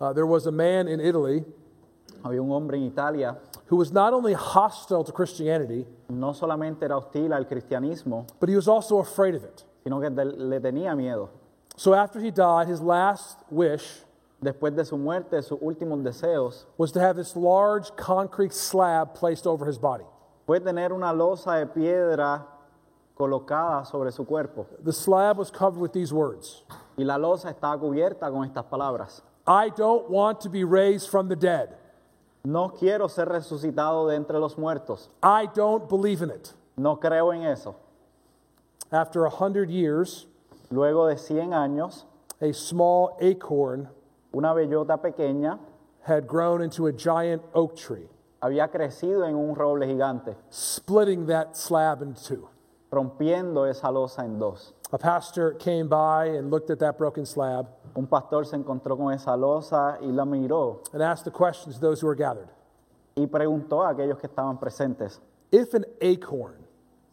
Uh, there was a man in Italy Había un hombre en Italia, who was not only hostile to Christianity, no solamente era hostil al cristianismo, but he was also afraid of it. sino que de- le tenía miedo. So after he died, his last wish Después de su muerte, sus últimos deseos was to have this large concrete slab placed over his body. fue tener una losa de piedra colocada sobre su cuerpo. The slab was covered with these words Y la losa estaba cubierta con estas palabras. I don't want to be raised from the dead. No quiero ser resucitado de entre los muertos. I don't believe in it. No creo en eso. After a hundred years, Luego de 100 años, a small acorn una bellota pequeña had grown into a giant oak tree, había crecido en un roble gigante, splitting that slab in two. rompiendo esa losa en dos. A pastor came by and looked at that broken slab Un pastor se encontró con esa losa y la miró and asked the question to those who were gathered y preguntó a aquellos que estaban presentes If an acorn,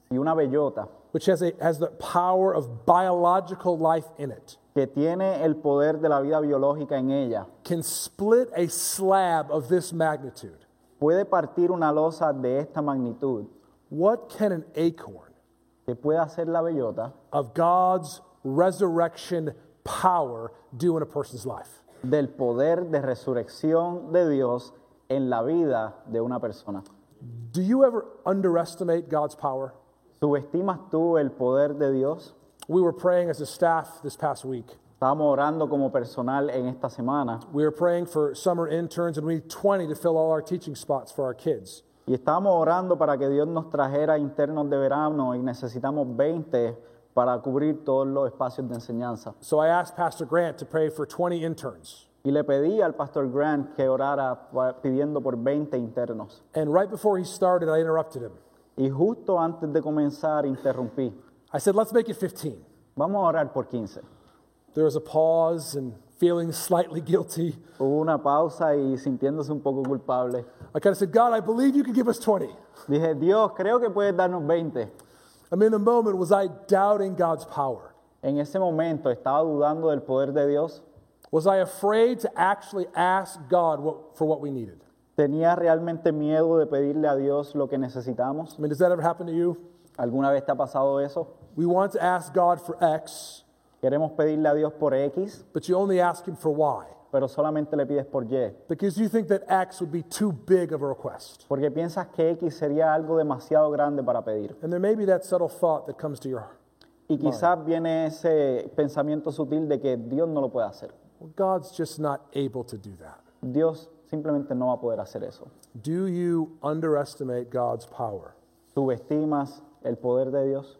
si una bellota which has, a, has the power of biological life in it, que tiene el poder de la vida biológica en ella can split a slab of this magnitude, puede partir una losa de esta magnitud, what can an acorn que puede hacer la bellota of God's resurrection power do in a person's life? del poder de resurrección de Dios en la vida de una persona? Do you ever underestimate God's power? ¿Subestimas tú el poder de Dios? We were praying as a staff this past week. Estábamos orando como personal en esta semana We were praying for summer interns, and we need 20 to fill all our teaching spots for our kids. y estábamos orando para que Dios nos trajera internos de verano y necesitamos 20 para cubrir todos los espacios de enseñanza. So I asked Pastor Grant to pray for 20 interns. Y le pedí al pastor Grant que orara pa- pidiendo por 20 internos. And right before he started, I interrupted him. Y justo antes de comenzar interrumpí. I said, Let's make it 15. Vamos a orar por 15. There was a pause and feeling slightly guilty. Hubo una pausa y sintiéndose un poco culpable. I kind of said, God, I believe you can give us 20. Dije, Dios, creo que puedes darnos 20. I mean, in the moment, was I doubting God's power? En ese momento estaba dudando del poder de Dios. Was I afraid to actually ask God what, for what we needed? Tenía realmente miedo de pedirle a Dios lo que necesitamos. I mean, does that ever happen to you? ¿Alguna vez te ha pasado eso? We want to ask God for X, Queremos pedirle a Dios por X, but you only ask Him for Y pero solamente le pides por Y. because you think that X would be too big of a request. Porque piensas que X sería algo demasiado grande para pedir. And there may be that subtle thought that comes to your heart Y quizás viene ese pensamiento sutil de que Dios no lo puede hacer. well, God's just not able to do that. Dios simplemente no va a poder hacer eso. Do you underestimate God's power? Subestimas el poder de Dios.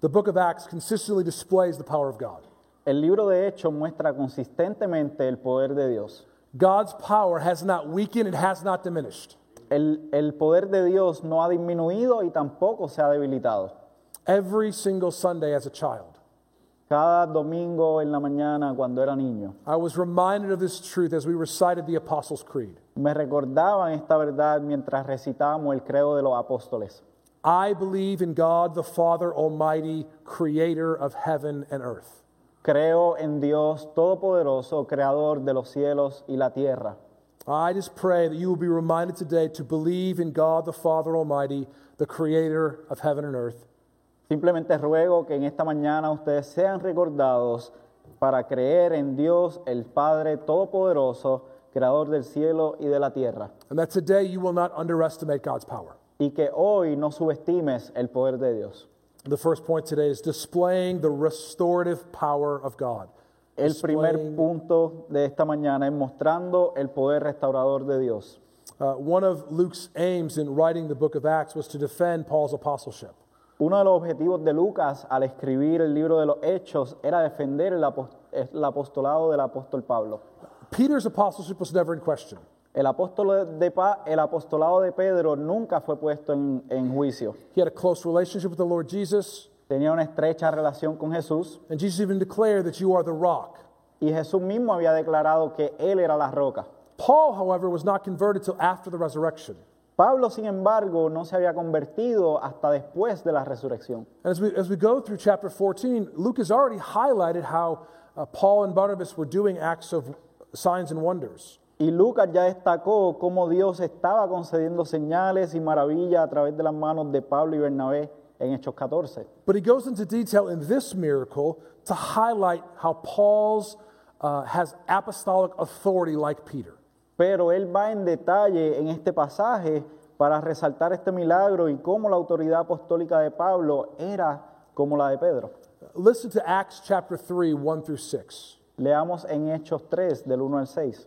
The book of Acts consistently displays the power of God. El libro de Hechos muestra consistentemente el poder de Dios. God's power has not weakened, it has not diminished. El, el poder de Dios no ha disminuido y tampoco se ha debilitado. Every single Sunday as a child, Cada domingo en la mañana cuando era niño, I was reminded of this truth as we recited the Apostles' Creed. me recordaban esta verdad mientras recitábamos el credo de los apóstoles. I believe in God the Father Almighty, creator of heaven and earth. Creo en Dios Todopoderoso, Creador de los cielos y la tierra. I just pray that you will be reminded today to believe in God the Father Almighty, the creator of heaven and earth, Simplemente ruego que en esta mañana ustedes sean recordados para creer en Dios, el Padre Todopoderoso, Creador del cielo y de la tierra, and that today you will not underestimate God's power. y que hoy no subestimes el poder de Dios. The first point today is displaying the restorative power of God. El primer Displaying- punto de esta mañana es mostrando el poder restaurador de Dios. Uh, one of Luke's aims in writing the book of Acts was to defend Paul's apostleship. Uno de los objetivos de Lucas al escribir el libro de los Hechos era defender el, apos- el apostolado del apóstol Pablo. Peter's apostleship was never in question. El, apóstol de Pa- el apostolado de Pedro nunca fue puesto en- en juicio. He had a close relationship with the Lord Jesus, tenía una estrecha relación con Jesús and Jesus even declared that you are the rock. y Jesús mismo había declarado que él era la roca. Paul, however, was not converted till after the resurrection. Pablo, sin embargo, no se había convertido hasta después de la resurrección. And as we, as we go through chapter 14, Luke has already highlighted how uh, Paul and Barnabas were doing acts of signs and wonders. Y Lucas ya destacó cómo Dios estaba concediendo señales y maravillas a través de las manos de Pablo y Bernabé en Hechos 14. But he goes into detail in this miracle to highlight how Paul's uh, has apostolic authority like Peter. Pero él va en detalle en este pasaje para resaltar este milagro y cómo la autoridad apostólica de Pablo era como la de Pedro. Listen to Acts chapter 3, 1 through 6. Leamos en Hechos 3, del 1 al 6.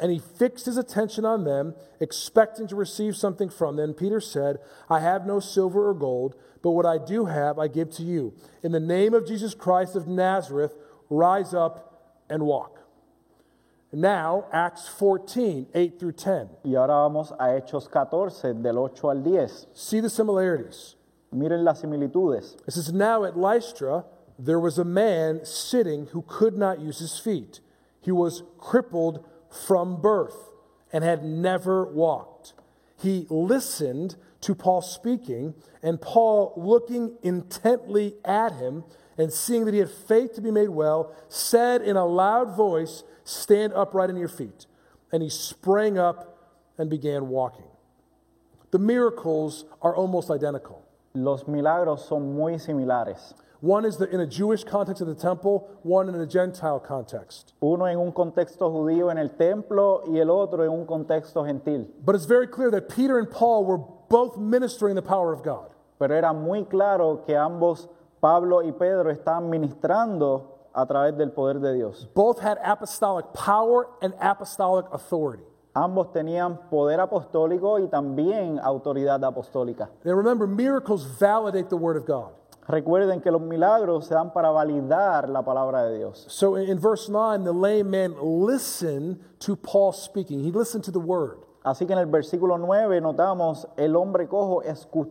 And he fixed his attention on them, expecting to receive something from them. Peter said, I have no silver or gold, but what I do have I give to you. In the name of Jesus Christ of Nazareth, rise up and walk. Now, Acts 14, 8 through 10. Y ahora vamos a Hechos 14, del 8 al 10. See the similarities. Miren las similitudes. It says, Now at Lystra there was a man sitting who could not use his feet. He was crippled from birth and had never walked. He listened to Paul speaking, and Paul, looking intently at him and seeing that he had faith to be made well, said in a loud voice, Stand upright on your feet. And he sprang up and began walking. The miracles are almost identical. Los milagros son muy similares. One is the, in a Jewish context of the temple, one in a Gentile context. Uno en un contexto judío en el templo y el otro en un contexto gentil. But it's very clear that Peter and Paul were both ministering the power of God. Pero era muy claro que ambos, Pablo y Pedro, estaban ministrando a través del poder de Dios. Both had apostolic power and apostolic authority. Ambos tenían poder apostólico y también autoridad apostólica. Now remember, miracles validate the word of God. Recuerden que los milagros se dan para validar la palabra de Dios. So in, in verse 9, the lame man listened to Paul speaking. He listened to the word. Así que en el versículo 9 notamos, el hombre cojo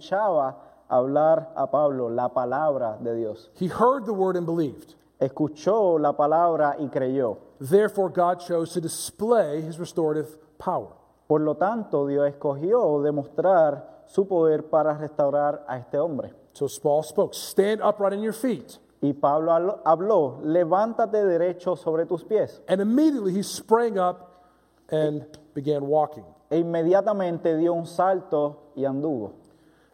escuchaba hablar a Pablo la palabra de Dios. He heard the word and believed. Escuchó la palabra y creyó. Therefore, God chose to display his restorative power. Por lo tanto, Dios escogió demostrar su poder para restaurar a este hombre. So Paul spoke, Stand upright on your feet. Y Pablo al- habló, levántate derecho sobre tus pies. And immediately he sprang up and began walking. E inmediatamente dio un salto y anduvo.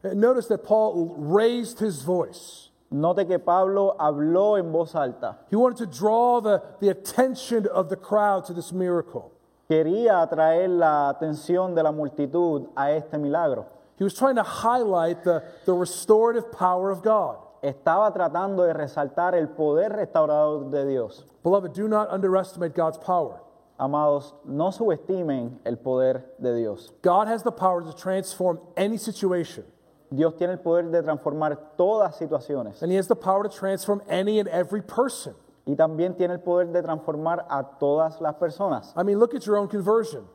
And notice that Paul raised his voice. Note que Pablo habló en voz alta. He wanted to draw the, the attention of the crowd to this miracle. Quería atraer la atención de la multitud a este milagro. He was trying to highlight the, the restorative power of God. Estaba tratando de resaltar el poder restaurador de Dios. Beloved, do not underestimate God's power. Amados, no subestimen el poder de Dios. God has the power to transform any situation, Dios tiene el poder de transformar todas situaciones and He has the power to transform any and every person. y también tiene el poder de transformar a todas las personas. I mean, look at your own conversion.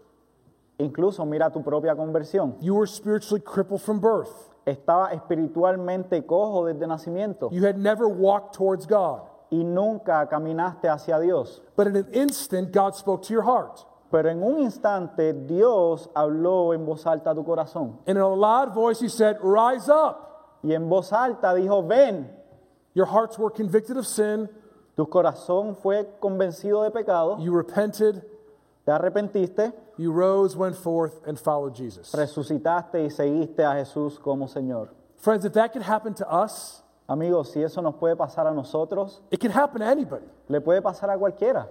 Incluso mira tu propia conversión. You were spiritually crippled from birth, Estaba espiritualmente cojo desde nacimiento you had never walked towards God. y nunca caminaste hacia Dios. But in an instant, God spoke to your heart. Pero en un instante Dios habló en voz alta a tu corazón And in a loud voice, He said, Rise up. y en voz alta dijo, ven. Your hearts were convicted of sin, Tu corazón fue convencido de pecado, you repented, te arrepentiste, you rose, went forth, and followed Jesus. resucitaste y seguiste a Jesús como Señor. Friends, if that could happen to us, Amigos, si eso nos puede pasar a nosotros, it can happen to anybody. le puede pasar a cualquiera.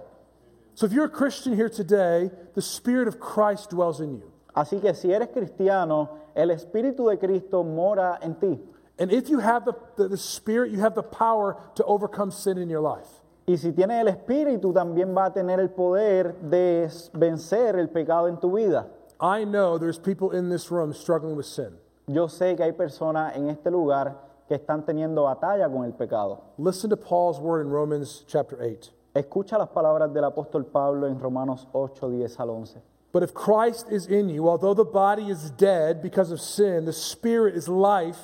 So if you're a Christian here today, the Spirit of Christ dwells in you. Así que si eres cristiano, el Espíritu de Cristo mora en ti. And if you have the, the, the Spirit, you have the power to overcome sin in your life. Y si tienes el Espíritu, también va a tener el poder de s- vencer el pecado en tu vida. I know there's people in this room struggling with sin. Yo sé que hay personas en este lugar que están teniendo batalla con el pecado. Listen to Paul's word in Romans chapter 8. Escucha las palabras del apóstol Pablo en Romanos 8, 10 al 11. But if Christ is in you, although the body is dead because of sin, the spirit is life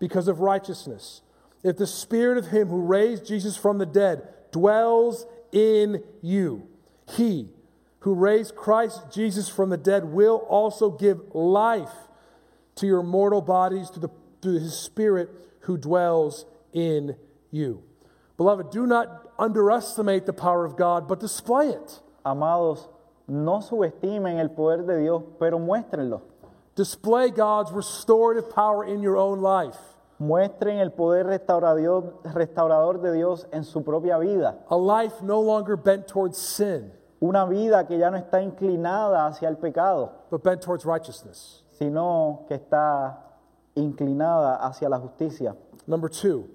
because of righteousness. If the spirit of him who raised Jesus from the dead dwells in you, he who raised Christ Jesus from the dead will also give life to your mortal bodies through, the, through his spirit who dwells in you. Beloved, do not underestimate the power of God, but display it. Amados, no subestimen el poder de Dios, pero muéstrenlo. Display God's restorative power in your own life. Muestren el poder restaurador, restaurador de Dios en su propia vida. A life no longer bent towards sin, Una vida que ya no está inclinada hacia el pecado, but bent towards righteousness. sino que está inclinada hacia la justicia. Number two,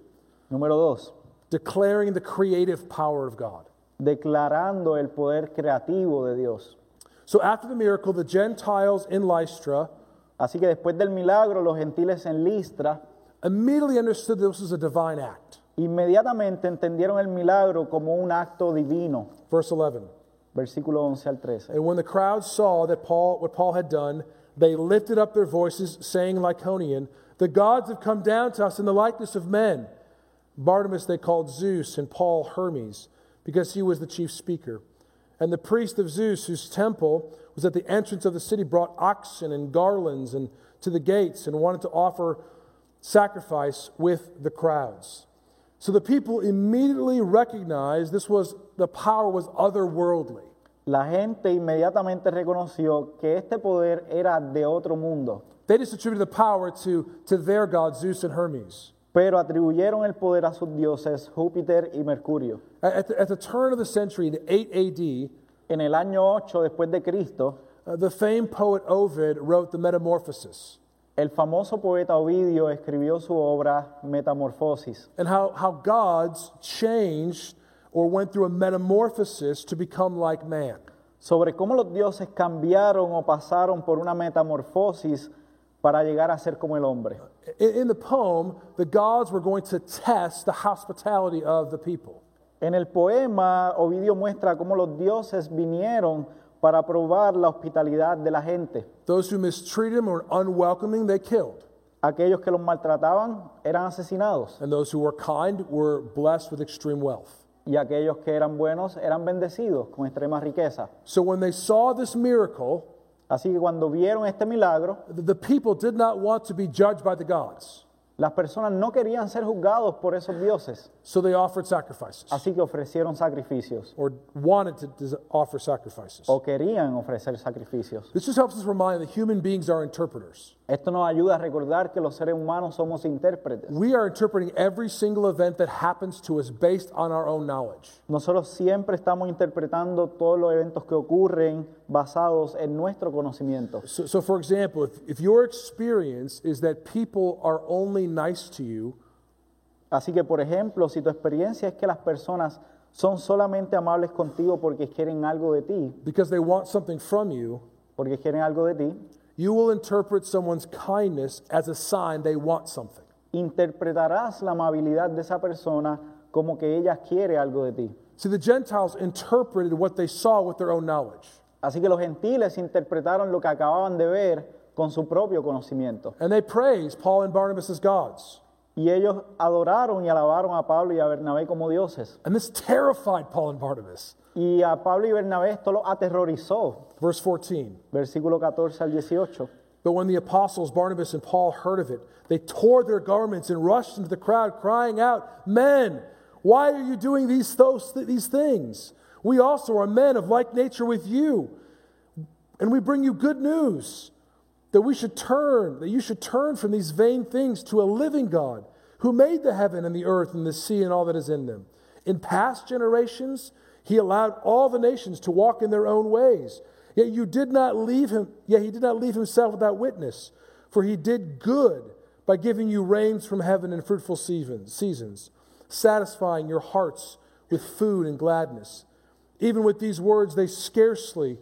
Número dos, declaring the creative power of God. declarando el poder creativo de Dios. So after the miracle, the Gentiles in Lystra Así que después del milagro, los gentiles en Listra immediately understood this was a divine act. inmediatamente entendieron el milagro como un acto divino. Verse 11. Versículo 11 al 13. And when the crowd saw that Paul what Paul had done, they lifted up their voices, saying Lyconian, The gods have come down to us in the likeness of men. Bartimaeus they called Zeus, and Paul Hermes, because he was the chief speaker. And the priest of Zeus, whose temple was at the entrance of the city, brought oxen and garlands and to the gates, and wanted to offer sacrifice with the crowds. So the people immediately recognized this was the power was otherworldly. La gente inmediatamente reconoció que este poder era de otro mundo, They just attributed the power to, to their gods, Zeus and Hermes. pero atribuyeron el poder a sus dioses Júpiter y Mercurio. At- At the, at the turn of the century, in 8 En el año 8 después de Cristo, AD, uh, the famed poet Ovid wrote the Metamorphosis el famoso poeta Ovidio escribió su obra Metamorfosis and how, how gods changed or went through a metamorphosis to become like man. sobre cómo los dioses cambiaron o pasaron por una metamorfosis para llegar a ser como el hombre. In, in the poem, the gods were going to test the hospitality of the people. En el poema, Ovidio muestra cómo los dioses vinieron para probar la hospitalidad de la gente. Those who mistreated him or were unwelcoming, they killed. Aquellos que los maltrataban eran asesinados And those who were kind were blessed with extreme wealth. y aquellos que eran buenos eran bendecidos con extrema riqueza. So when they saw this miracle, Así que cuando vieron este milagro, The- The people did not want to be judged by the gods, las personas no querían ser juzgados por esos dioses, so they offered sacrifices, así que ofrecieron sacrificios or wanted to des- offer sacrifices. o querían ofrecer sacrificios. This just helps us remind that human beings are interpreters. Esto nos ayuda a recordar que los seres humanos somos intérpretes. We are interpreting every single event that happens to us based on our own knowledge. Nosotros siempre estamos interpretando todos los eventos que ocurren basados en nuestro conocimiento. So, so for example, if, if your experience is that people are only nice to you, Así que, por ejemplo, si tu experiencia es que las personas son solamente amables contigo porque quieren algo de ti, because they want something from you, porque quieren algo de ti, you will interpret someone's kindness as a sign they want something. interpretarás la amabilidad de esa persona como que ella quiere algo de ti. See, the Gentiles interpreted what they saw with their own knowledge. Así que los gentiles interpretaron lo que acababan de ver con su propio conocimiento. And they praise Paul and Barnabas as gods. Y ellos adoraron y alabaron a Pablo y a Bernabé como dioses. And this terrified Paul and Barnabas. Y a Pablo y Bernabé esto los aterrorizó. Verse 14. versículo 14 al 18. But when the apostles Barnabas and Paul heard of it, they tore their garments and rushed into the crowd, crying out, Men, why are you doing these, those, these things? We also are men of like nature with you, and we bring you good news that we should turn, that you should turn from these vain things to a living God who made the heaven and the earth and the sea and all that is in them. In past generations, he allowed all the nations to walk in their own ways. Yet you did not leave him, yet he did not leave himself without witness, for he did good by giving you rains from heaven and fruitful season- seasons, satisfying your hearts with food and gladness. Even with these words, they scarcely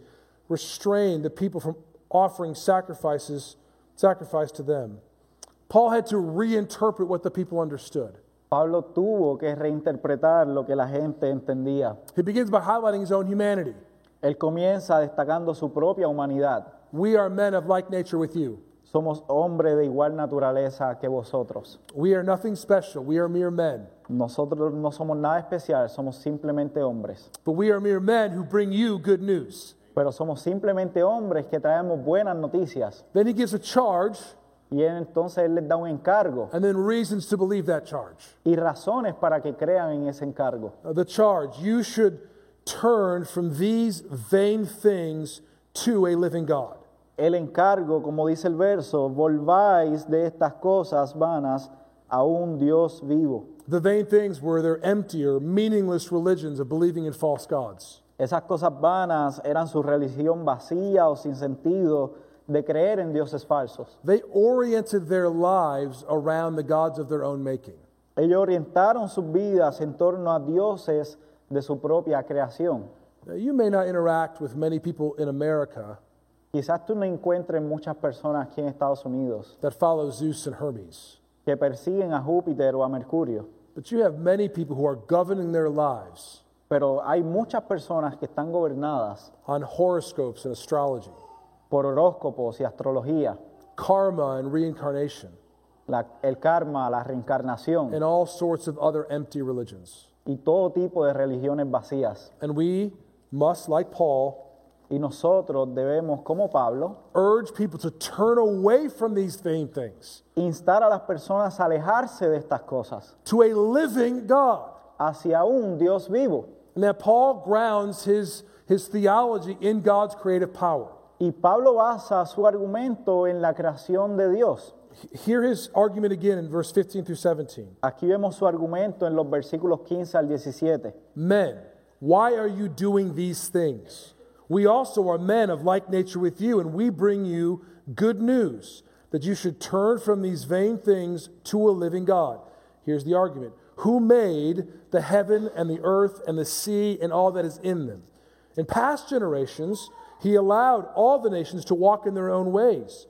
restrained the people from offering sacrifices, sacrifice to them. Paul had to reinterpret what the people understood. Pablo tuvo que reinterpretar lo que la gente entendía. He begins by highlighting his own humanity. Él Él comienza destacando su propia humanidad. We are men of like nature with you. Somos hombres de igual naturaleza que vosotros. We are nothing special. We are mere men. Nosotros no somos nada especial, somos simplemente hombres. But we are mere men who bring you good news. Pero somos simplemente hombres que traemos buenas noticias. Then he gives a charge Y él, entonces Él les da un encargo and then reasons to believe that charge. y razones para que crean en ese encargo. Uh, The charge you should turn from these vain things to a living God. El encargo, como dice el verso, volváis de estas cosas vanas a un Dios vivo. The vain things were their emptier, meaningless religions of believing in false gods. Esas cosas vanas eran su religión vacía o sin sentido de creer en dioses falsos. They oriented their lives around the gods of their own making. Ellos orientaron sus vidas en torno a dioses de su propia creación. Now, you may not interact with many people in America Quizás tú no encuentres muchas personas aquí en Estados Unidos that follow Zeus and Hermes, que persiguen a Júpiter o a Mercurio, but you have many people who are governing their lives pero hay muchas personas que están gobernadas on horoscopes and astrology, por horóscopos y astrología, karma and reincarnation, la- el karma, la reencarnación and all sorts of other empty religions. y todo tipo de religiones vacías. And we must, like Paul, Y nosotros debemos, como Pablo, urge people to turn away from these vain things instar a las personas a alejarse de estas cosas to a living God. hacia un Dios vivo. And that Paul grounds his, his theology in God's creative power. Y Pablo basa su argumento en la creación de Dios. H- Hear his argument again in verse 15 through 17. Aquí vemos su argumento en los versículos 15 al 17. Men, why are you doing these things? We also are men of like nature with you, and we bring you good news that you should turn from these vain things to a living God. Here's the argument Who made the heaven and the earth and the sea and all that is in them? In past generations, he allowed all the nations to walk in their own ways.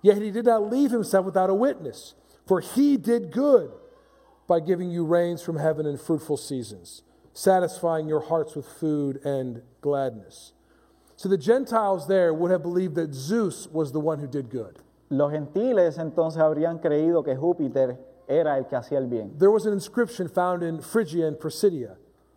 Yet he did not leave himself without a witness, for he did good by giving you rains from heaven and fruitful seasons, satisfying your hearts with food and gladness. So the Gentiles there would have believed that Zeus was the one who did good. Los gentiles entonces habrían creído que Júpiter era el que hacía el bien. There was an inscription found in Phrygia and Pisidia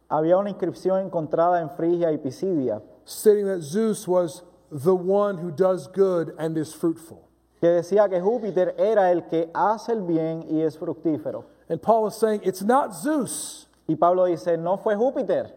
Había una inscripción encontrada en Frigia y Pisidia stating that Zeus was the one who does good and is fruitful. que decía que Júpiter era el que hace el bien y es fructífero. And Paul is saying it's not Zeus, Y Pablo dice, no fue Júpiter,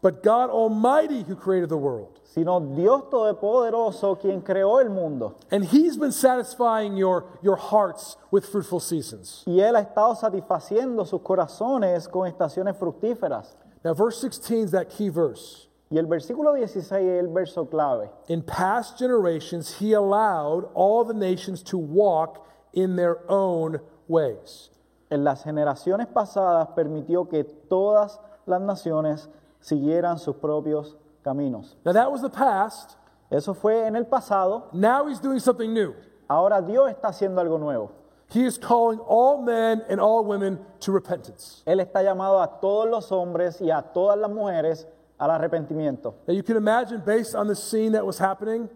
but God Almighty who created the world. sino Dios Todopoderoso quien creó el mundo. And he's been satisfying your, your hearts with fruitful seasons. Y Él ha estado satisfaciendo sus corazones con estaciones fructíferas. Now, verse 16 is that key verse. Y el versículo 16 es el verso clave. In past generations, he allowed all the nations to walk in their own ways. En las generaciones pasadas permitió que todas las naciones siguieran sus propios caminos. Now, that was the past. Eso fue en el pasado. Now he's doing something new. Ahora Dios está haciendo algo nuevo. He is calling all men and all women to repentance. Él está llamado a todos los hombres y a todas las mujeres al arrepentimiento. Now, you can imagine, based on the scene that was happening,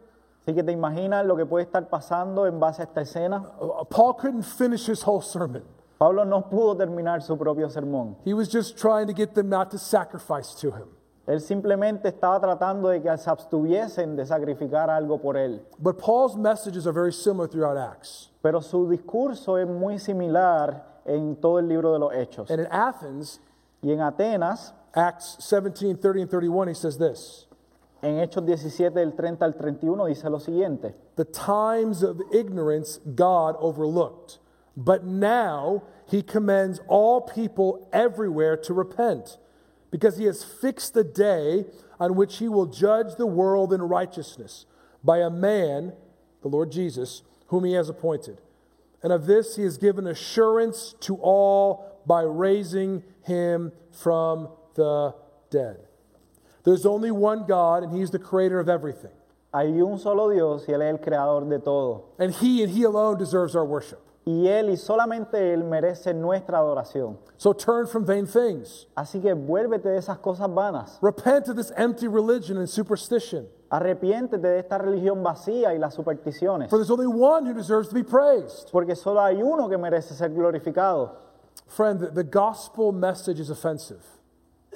Así que te imaginas lo que puede estar pasando en base a esta escena. uh, Paul couldn't finish his whole sermon. Pablo no pudo terminar su propio sermón. He was just trying to get them not to sacrifice to him. Él simplemente estaba tratando de que se abstuviesen de sacrificar algo por él. But Paul's messages are very similar throughout Acts. Pero su discurso es muy similar en todo el libro de los Hechos. And in Athens, Y en Atenas, Acts 17, 30 and 31, he says this en Hechos 17 del 30 al 31, dice lo siguiente. The times of ignorance God overlooked, but now he commends all people everywhere to repent, because he has fixed the day on which he will judge the world in righteousness by a man, the Lord Jesus, whom he has appointed. And of this he has given assurance to all by raising him from the dead. There's only one God, and he's the creator of everything. Hay un solo Dios y Él es el creador de todo. And he and he alone deserves our worship. y Él y solamente Él merece nuestra adoración. So turn from vain things. Así que vuélvete de esas cosas vanas. Repent of this empty religion and superstition. Arrepiéntete de esta religión vacía y las supersticiones. For there's only one who deserves to be praised. Porque solo hay uno que merece ser glorificado. Friend, the, the gospel message is offensive.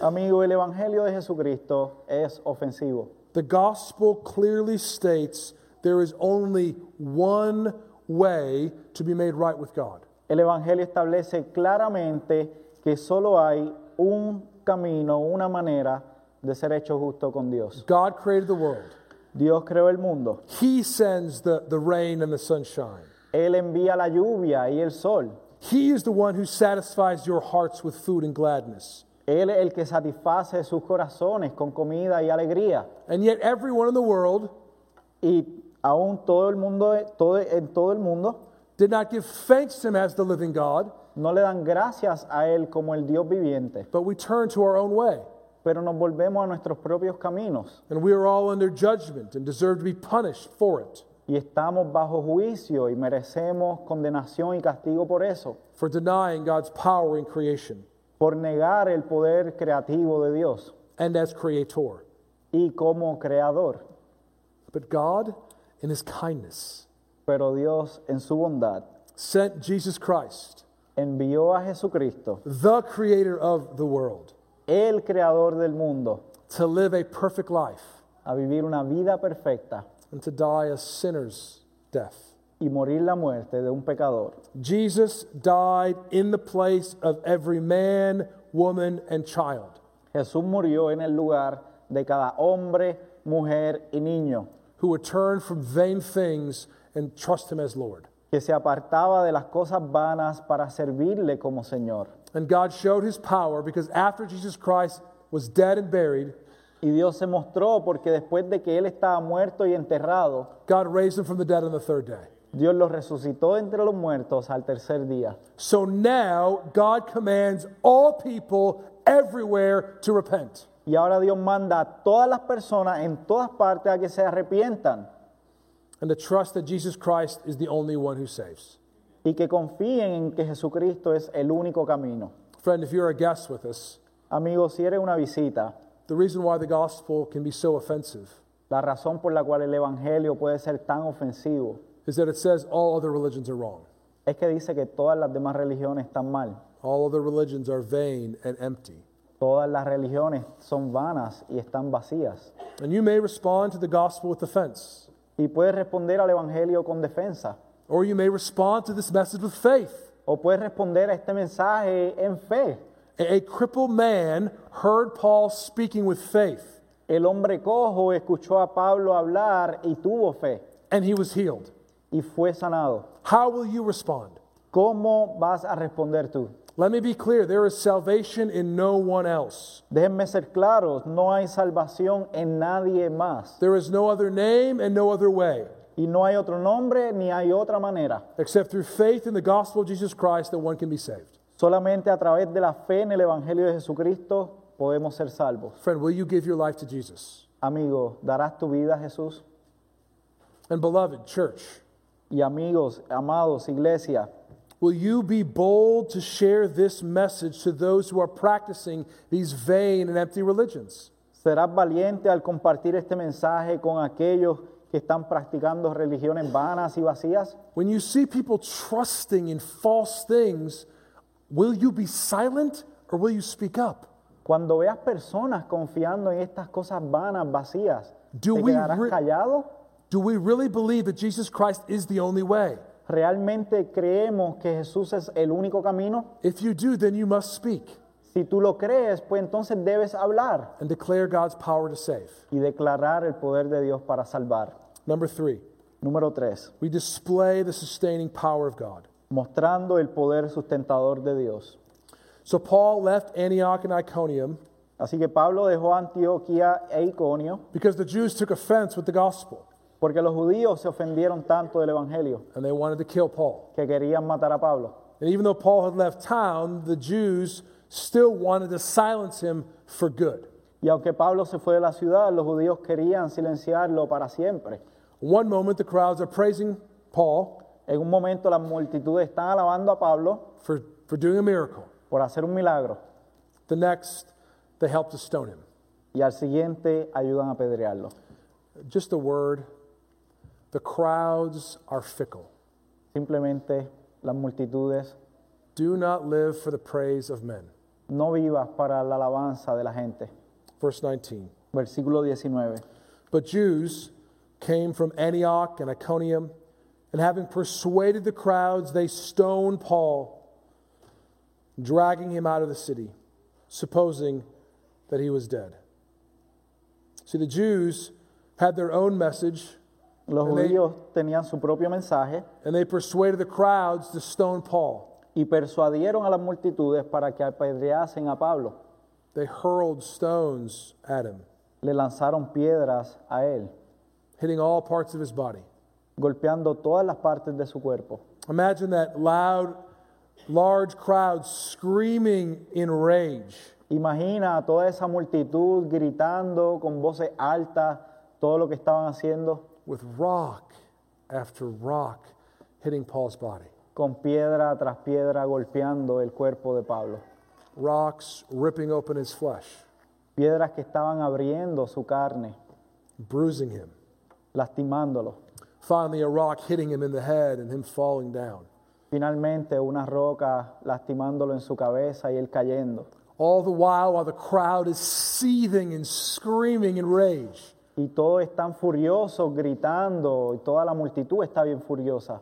Amigo, el Evangelio de Jesucristo es ofensivo. The gospel clearly states there is only one way to be made right with God. El Evangelio establece claramente que solo hay un camino, una manera de ser hecho justo con Dios. God created the world, Dios creó el mundo. He sends the, the rain and the sunshine. Él envía la lluvia y el sol. He is the one who satisfies your hearts with food and gladness. Él es el que satisface sus corazones con comida y alegría. And yet, everyone in the world Y aún todo el mundo, todo, en todo el mundo, did not give thanks to Him as the living God, no le dan gracias a Él como el Dios viviente, but we turn to our own way. pero nos volvemos a nuestros propios caminos And we are all under judgment and deserve to be punished for it, y estamos bajo juicio y merecemos condenación y castigo por eso, for denying God's power in creation por negar el poder creativo de Dios and as creator. y como creador. But God, in His kindness, Pero Dios en su bondad sent Jesus Christ, envió a Jesucristo, the creator of the world, el creador del mundo, to live a perfect life a vivir una vida perfecta and to die a sinner's death. y morir la muerte de un pecador. Jesus died in the place of every man, woman, and child. Jesús murió en el lugar de cada hombre, mujer y niño who would turn from vain things and trust him as Lord. que se apartaba de las cosas vanas para servirle como Señor. And God showed his power because after Jesus Christ was dead and buried, Y Dios se mostró porque después de que él estaba muerto y enterrado, God raised him from the dead on the third day. Dios lo resucitó entre los muertos al tercer día. So now God commands all people everywhere to repent. Y ahora Dios manda a todas las personas en todas partes a que se arrepientan And to trust that Jesus Christ is the only one who saves. y que confíen en que Jesucristo es el único camino. Friend, if you're a guest with us, Amigos, si eres una visita, the reason why the gospel can be so offensive la razón por la cual el Evangelio puede ser tan ofensivo is that it says all other religions are wrong. es que dice que todas las demás religiones están mal. All other religions are vain and empty. Todas las religiones son vanas y están vacías. And you may respond to the gospel with offense. Y puedes responder al Evangelio con defensa. Or you may respond to this message with faith. O puedes responder a este mensaje en fe. A, a crippled man heard Paul speaking with faith, El hombre cojo escuchó a Pablo hablar y tuvo fe and he was healed. y fue sanado. How will you respond? ¿Cómo vas a responder tú? Let me be clear there is salvation in no one else. Déjenme ser claros, no hay salvación en nadie más. There is no other name and no other way Y no hay otro nombre ni hay otra manera. except through faith in the gospel of Jesus Christ that one can be saved. Solamente a través de la fe en el Evangelio de Jesucristo podemos ser salvos. Friend, will you give your life to Jesus? Amigo, ¿darás tu vida a Jesús? And beloved, church, Y amigos, amados, iglesia, will you be bold to share this message to those who are practicing these vain and empty religions? serás valiente al compartir este mensaje con aquellos que están practicando religiones vanas y vacías. When you see people trusting in false things, will you be silent or will you speak up? Cuando veas personas confiando en estas cosas vanas, vacías, Do ¿te we quedarás re- callado? Do we really believe that Jesus Christ is the only way? ¿Realmente creemos que Jesús es el único camino? If you do, then you must speak Si tú lo crees, pues entonces debes hablar and declare God's power to save. y declarar el poder de Dios para salvar. Number three, Número 3. we display the sustaining power of God. Mostrando el poder sustentador de Dios. So Paul left Antioch and Iconium Así que Pablo dejó Antioquía e Iconio because the Jews took offense with the gospel porque los judíos se ofendieron tanto del Evangelio and they wanted to kill Paul. que querían matar a Pablo. And even though Paul had left town, the Jews still wanted to silence him for good. Y aunque Pablo se fue de la ciudad, los judíos querían silenciarlo para siempre. One moment the crowds are praising Paul, En un momento las multitudes están alabando a Pablo for, for doing a miracle. por hacer un milagro The next, they help to stone him. y al siguiente ayudan a apedrearlo. Just a word. The crowds are fickle. Simplemente las multitudes Do not live for the praise of men. no vivas para la alabanza de la gente. Verse 19. Versículo 19. But Jews came from Antioch and Iconium, and having persuaded the crowds, they stoned Paul, dragging him out of the city, supposing that he was dead. See, the Jews had their own message, Los Ley. judíos tenían su propio mensaje and they persuaded the crowds to stone Paul. y persuadieron a las multitudes para que apedreasen a Pablo. They hurled stones at him, Le lanzaron piedras a él, hitting all parts of his body. golpeando todas las partes de su cuerpo. Imagine that loud, large crowd screaming in rage. Imagina a toda esa multitud gritando con voces altas todo lo que estaban haciendo with rock after rock hitting Paul's body. con piedra tras piedra golpeando el cuerpo de Pablo. Rocks ripping open his flesh, Piedras que estaban abriendo su carne, bruising him. lastimándolo. Finally, a rock hitting him in the head and him falling down. Finalmente una roca lastimándolo en su cabeza y él cayendo. All the while, while the crowd is seething and screaming in rage, Y todos están furiosos, gritando, y toda la multitud está bien furiosa.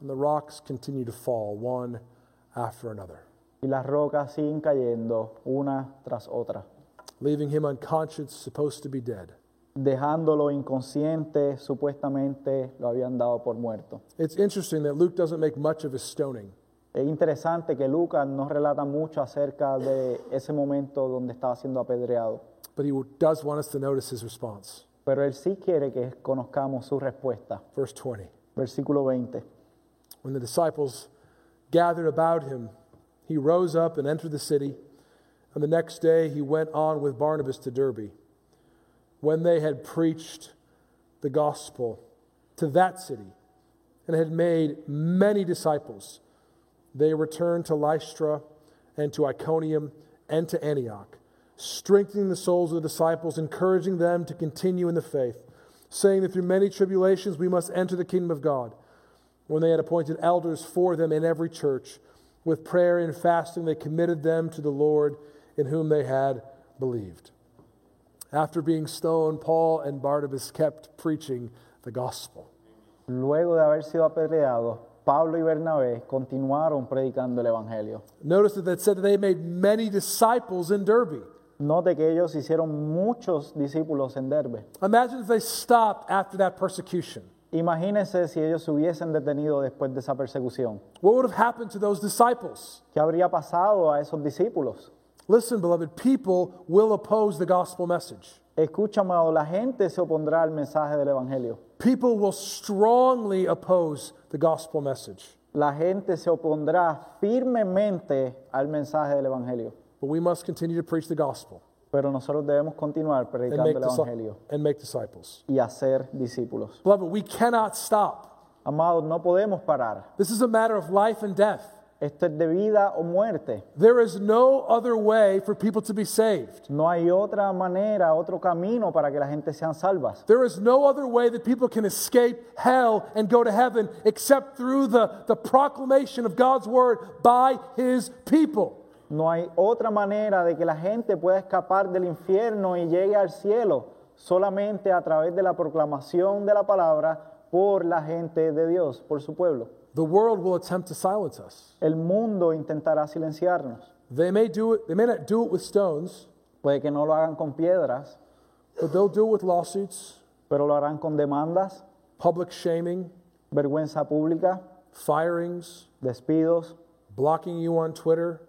and the rocks continue to fall one after another, Y las rocas siguen cayendo una tras otra, leaving him unconscious, supposed to be dead. dejándolo inconsciente, supuestamente lo habían dado por muerto. It's interesting that Luke doesn't make much of his stoning. Es interesante que Lucas no relata mucho acerca de ese momento donde estaba siendo apedreado, But he does want us to notice his response. pero él sí quiere que conozcamos su respuesta. Verse 20. Versículo 20. When the disciples gathered about him, he rose up and entered the city. And the next day he went on with Barnabas to Derbe. When they had preached the gospel to that city and had made many disciples, they returned to Lystra and to Iconium and to Antioch, strengthening the souls of the disciples, encouraging them to continue in the faith, saying that through many tribulations we must enter the kingdom of God when they had appointed elders for them in every church. With prayer and fasting, they committed them to the Lord in whom they had believed. After being stoned, Paul and Barnabas kept preaching the gospel. Luego de haber sido apedreados, Pablo y Bernabé continuaron predicando el Evangelio. Notice that it said that they made many disciples in Derby. Note que ellos hicieron muchos discípulos en Derbe. Imagine if they stopped after that persecution. Imagínense si ellos se hubiesen detenido después de esa persecución. What would have happened to those disciples? ¿Qué habría pasado a esos discípulos? Listen, beloved, people will oppose the gospel message. Escúchame, amado, la gente se opondrá al mensaje del Evangelio. People will strongly oppose the gospel message. La gente se opondrá firmemente al mensaje del Evangelio. But we must continue to preach the gospel Pero nosotros debemos continuar and predicando make, el disci- Evangelio and make disciples. y hacer discípulos. Beloved, we cannot stop. Amados, no podemos parar. This is a matter of life and death. Esto es de vida o muerte. There is no other way for people to be saved. No hay otra manera, otro camino para que la gente sean salvas. There is no other way that people can escape hell and go to heaven except through the, the proclamation of God's word by his people. No hay otra manera de que la gente pueda escapar del infierno y llegue al cielo solamente a través de la proclamación de la palabra por la gente de Dios, por su pueblo. The world will attempt to silence us. El mundo intentará silenciarnos. They may do it, they may not do it with stones, Puede que no lo hagan con piedras, but they'll do it with lawsuits, pero lo harán con demandas, public shaming, vergüenza pública, firings, despidos, blocking you on Twitter,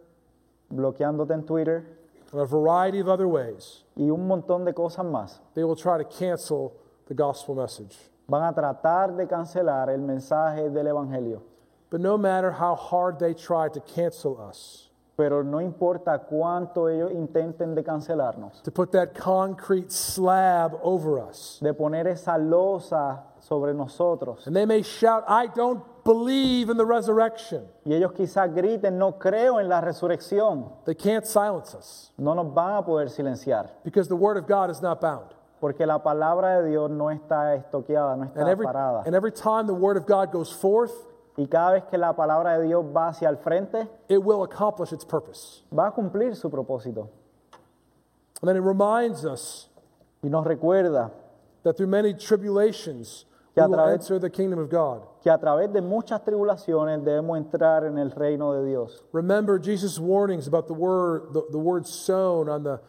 bloqueándote en Twitter and a variety of other ways, y un montón de cosas más. they will try to cancel the gospel message. Van a tratar de cancelar el mensaje del Evangelio. But no matter how hard they try to cancel us, Pero no importa cuánto ellos intenten de cancelarnos, to put that concrete slab over us, de poner esa losa sobre nosotros. And they may shout, I don't believe in the resurrection. Y ellos quizás griten, no creo en la resurrección. They can't silence us No nos van a poder silenciar, because the word of God is not bound. porque la palabra de Dios no está estoqueada, no And está every, parada. and every time the word of God goes forth, Y cada vez que la palabra de Dios va hacia el frente, it will accomplish its purpose. va a cumplir su propósito. And then it reminds us Y nos recuerda that through many tribulations, we Que a will través- enter the kingdom of God. que a través de muchas tribulaciones debemos entrar en el reino de Dios. Remember Jesus' warnings about the word, the, the word sown on the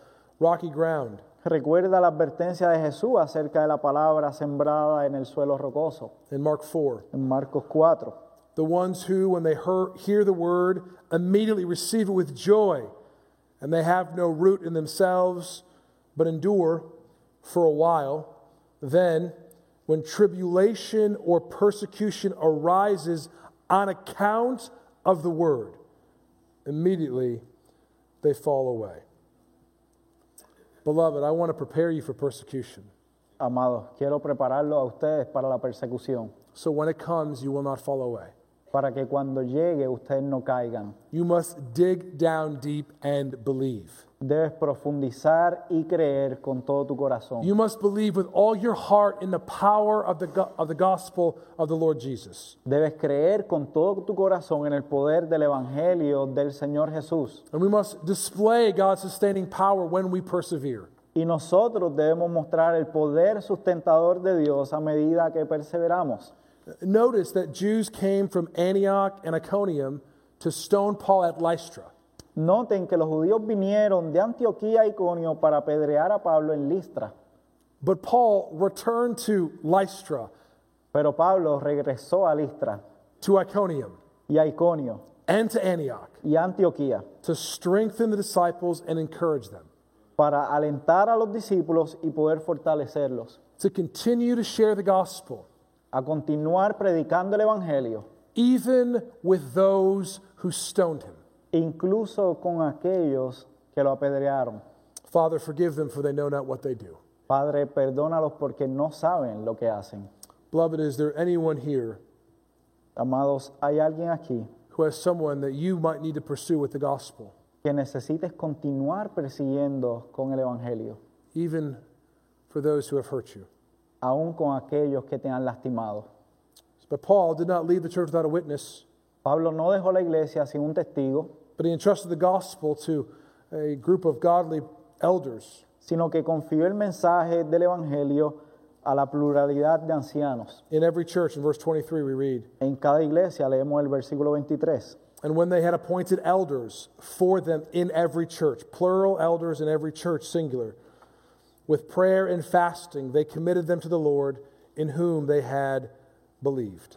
rocky ground. Recuerda la advertencia de Jesús acerca de la palabra sembrada en el suelo rocoso, in Mark 4. en Marcos 4. The ones who, when they hear, hear the word, immediately receive it with joy, and they have no root in themselves, but endure for a while. Then, when tribulation or persecution arises on account of the word, immediately they fall away. Beloved, I want to prepare you for persecution. Amados, quiero prepararlos a ustedes para la persecución, So when it comes, you will not fall away. para que cuando llegue ustedes no caigan. You must dig down deep and believe. Debes profundizar y creer con todo tu corazón. You must believe with all your heart in the power of the, go- of the gospel of the Lord Jesus. Debes creer con todo tu corazón en el poder del Evangelio del Señor Jesús. And we must display God's sustaining power when we persevere. Y nosotros debemos mostrar el poder sustentador de Dios a medida que perseveramos. Notice that Jews came from Antioch and Iconium to stone Paul at Lystra. Noten que los judíos vinieron de Antioquía a Iconio para apedrear a Pablo en Listra. But Paul returned to Lystra, Pero Pablo regresó a Listra to Iconium, y a Iconio and to Antioch y a Antioquía to strengthen the disciples and encourage them, para alentar a los discípulos y poder fortalecerlos, to continue to share the gospel. a continuar predicando el Evangelio, even with those who stoned him. incluso con aquellos que lo apedrearon. Father, forgive them, for they know not what they do. Padre, perdónalos porque no saben lo que hacen. Beloved, is there anyone here Amados, hay alguien aquí who has someone that you might need to pursue with the gospel, que necesites continuar persiguiendo con el Evangelio, even for those who have hurt you? aún con aquellos que te han lastimado. But Paul did not leave the church without a witness, Pablo no dejó la iglesia sin un testigo, but he entrusted the gospel to a group of godly elders sino que confió el mensaje del Evangelio a la pluralidad de ancianos. in every church. In verse 23, we read, En cada iglesia, leemos el versículo 23, And when they had appointed elders for them in every church, plural elders in every church, singular, with prayer and fasting, they committed them to the Lord in whom they had believed.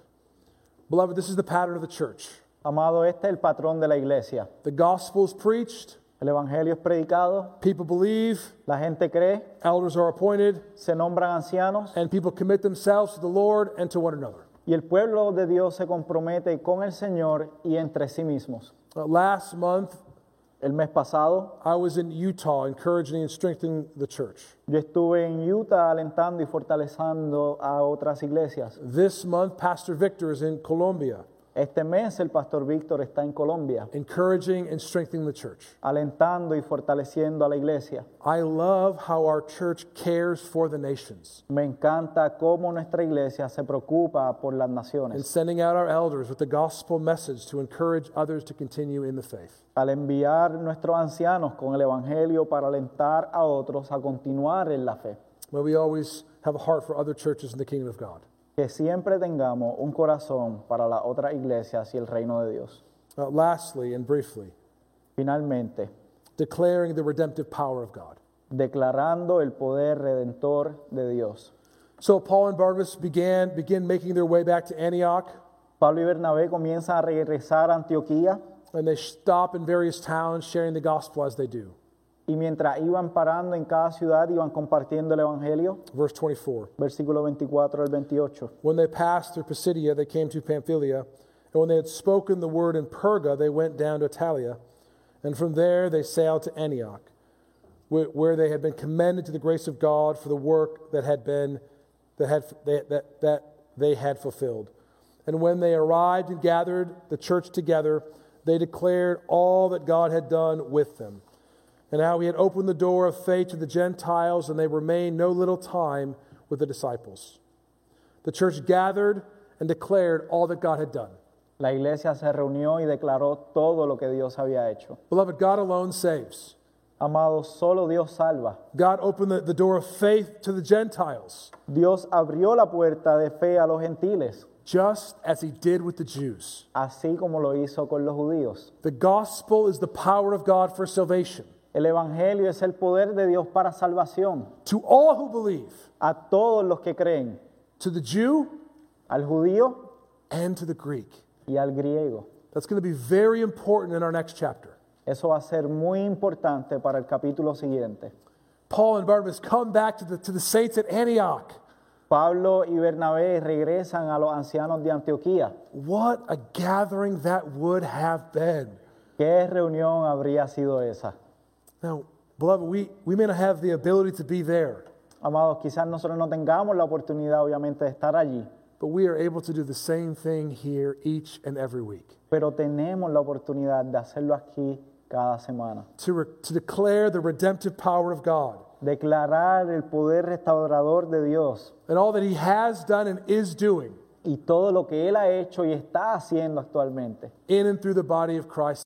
Beloved, this is the pattern of the church. amado, este es el patrón de la iglesia. The gospel is preached, El Evangelio es predicado, people believe, la gente cree, elders are appointed, se nombran ancianos and people commit themselves to the Lord and to one another. y el pueblo de Dios se compromete con el Señor y entre sí mismos. Uh, last month, El mes pasado I was in Utah encouraging and strengthening the church. yo estuve en Utah alentando y fortaleciendo a otras iglesias. This month, Pastor Victor is in Colombia. Este mes el pastor Víctor está en Colombia, encouraging and strengthening the church. alentando y fortaleciendo a la iglesia. I love how our church cares for the nations Me encanta cómo nuestra iglesia se preocupa por las and naciones sending out our elders with the gospel message to encourage others to continue in the faith. al enviar nuestros ancianos con el Evangelio para alentar a otros a continuar en la fe. May we always have a heart for other churches in the kingdom of God. Que siempre tengamos un corazón para las otras iglesias y el reino de Dios. Uh, lastly and briefly, Finalmente, declaring the redemptive power of God. declarando el poder redentor de Dios. So Paul and Barnabas began begin making their way back to Antioch, Pablo y Bernabé comienzan a regresar a Antioquía and they stop in various towns sharing the gospel as they do. y mientras iban parando en cada ciudad iban compartiendo el Evangelio. Verse 24. Versículo 24 al 28. When they passed through Pisidia, they came to Pamphylia, and when they had spoken the word in Perga, they went down to Italia, and from there they sailed to Antioch, wh- where they had been commended to the grace of God for the work that had been that had that that, that they had fulfilled. And when they arrived and gathered the church together, they declared all that God had done with them, and how he had opened the door of faith to the Gentiles, and they remained no little time with the disciples. The church gathered and declared all that God had done. La iglesia se reunió y declaró todo lo que Dios había hecho. Beloved, God alone saves. Amados, solo Dios salva. God opened the, the door of faith to the Gentiles, Dios abrió la puerta de fe a los gentiles, just as he did with the Jews. así como lo hizo con los judíos. The gospel is the power of God for salvation El Evangelio es el poder de Dios para salvación to all who believe, a todos los que creen, to the Jew al judío and to the Greek. y al griego. That's going to be very important in our next chapter. Eso va a ser muy importante para el capítulo siguiente. Paul and Barnabas come back to the, to the saints at Antioch. Pablo y Bernabé regresan a los ancianos de Antioquía. What a gathering that would have been. ¿Qué reunión habría sido esa? Now, beloved, we, we may not have the ability to be there, Amados, quizás nosotros no tengamos la oportunidad, obviamente, de estar allí, but we are able to do the same thing here each and every week pero tenemos la oportunidad de hacerlo aquí cada semana. to, re- to declare the redemptive power of God Declarar el poder restaurador de Dios and all that He has done and is doing y todo lo que Él ha hecho y está haciendo actualmente in and through the body of Christ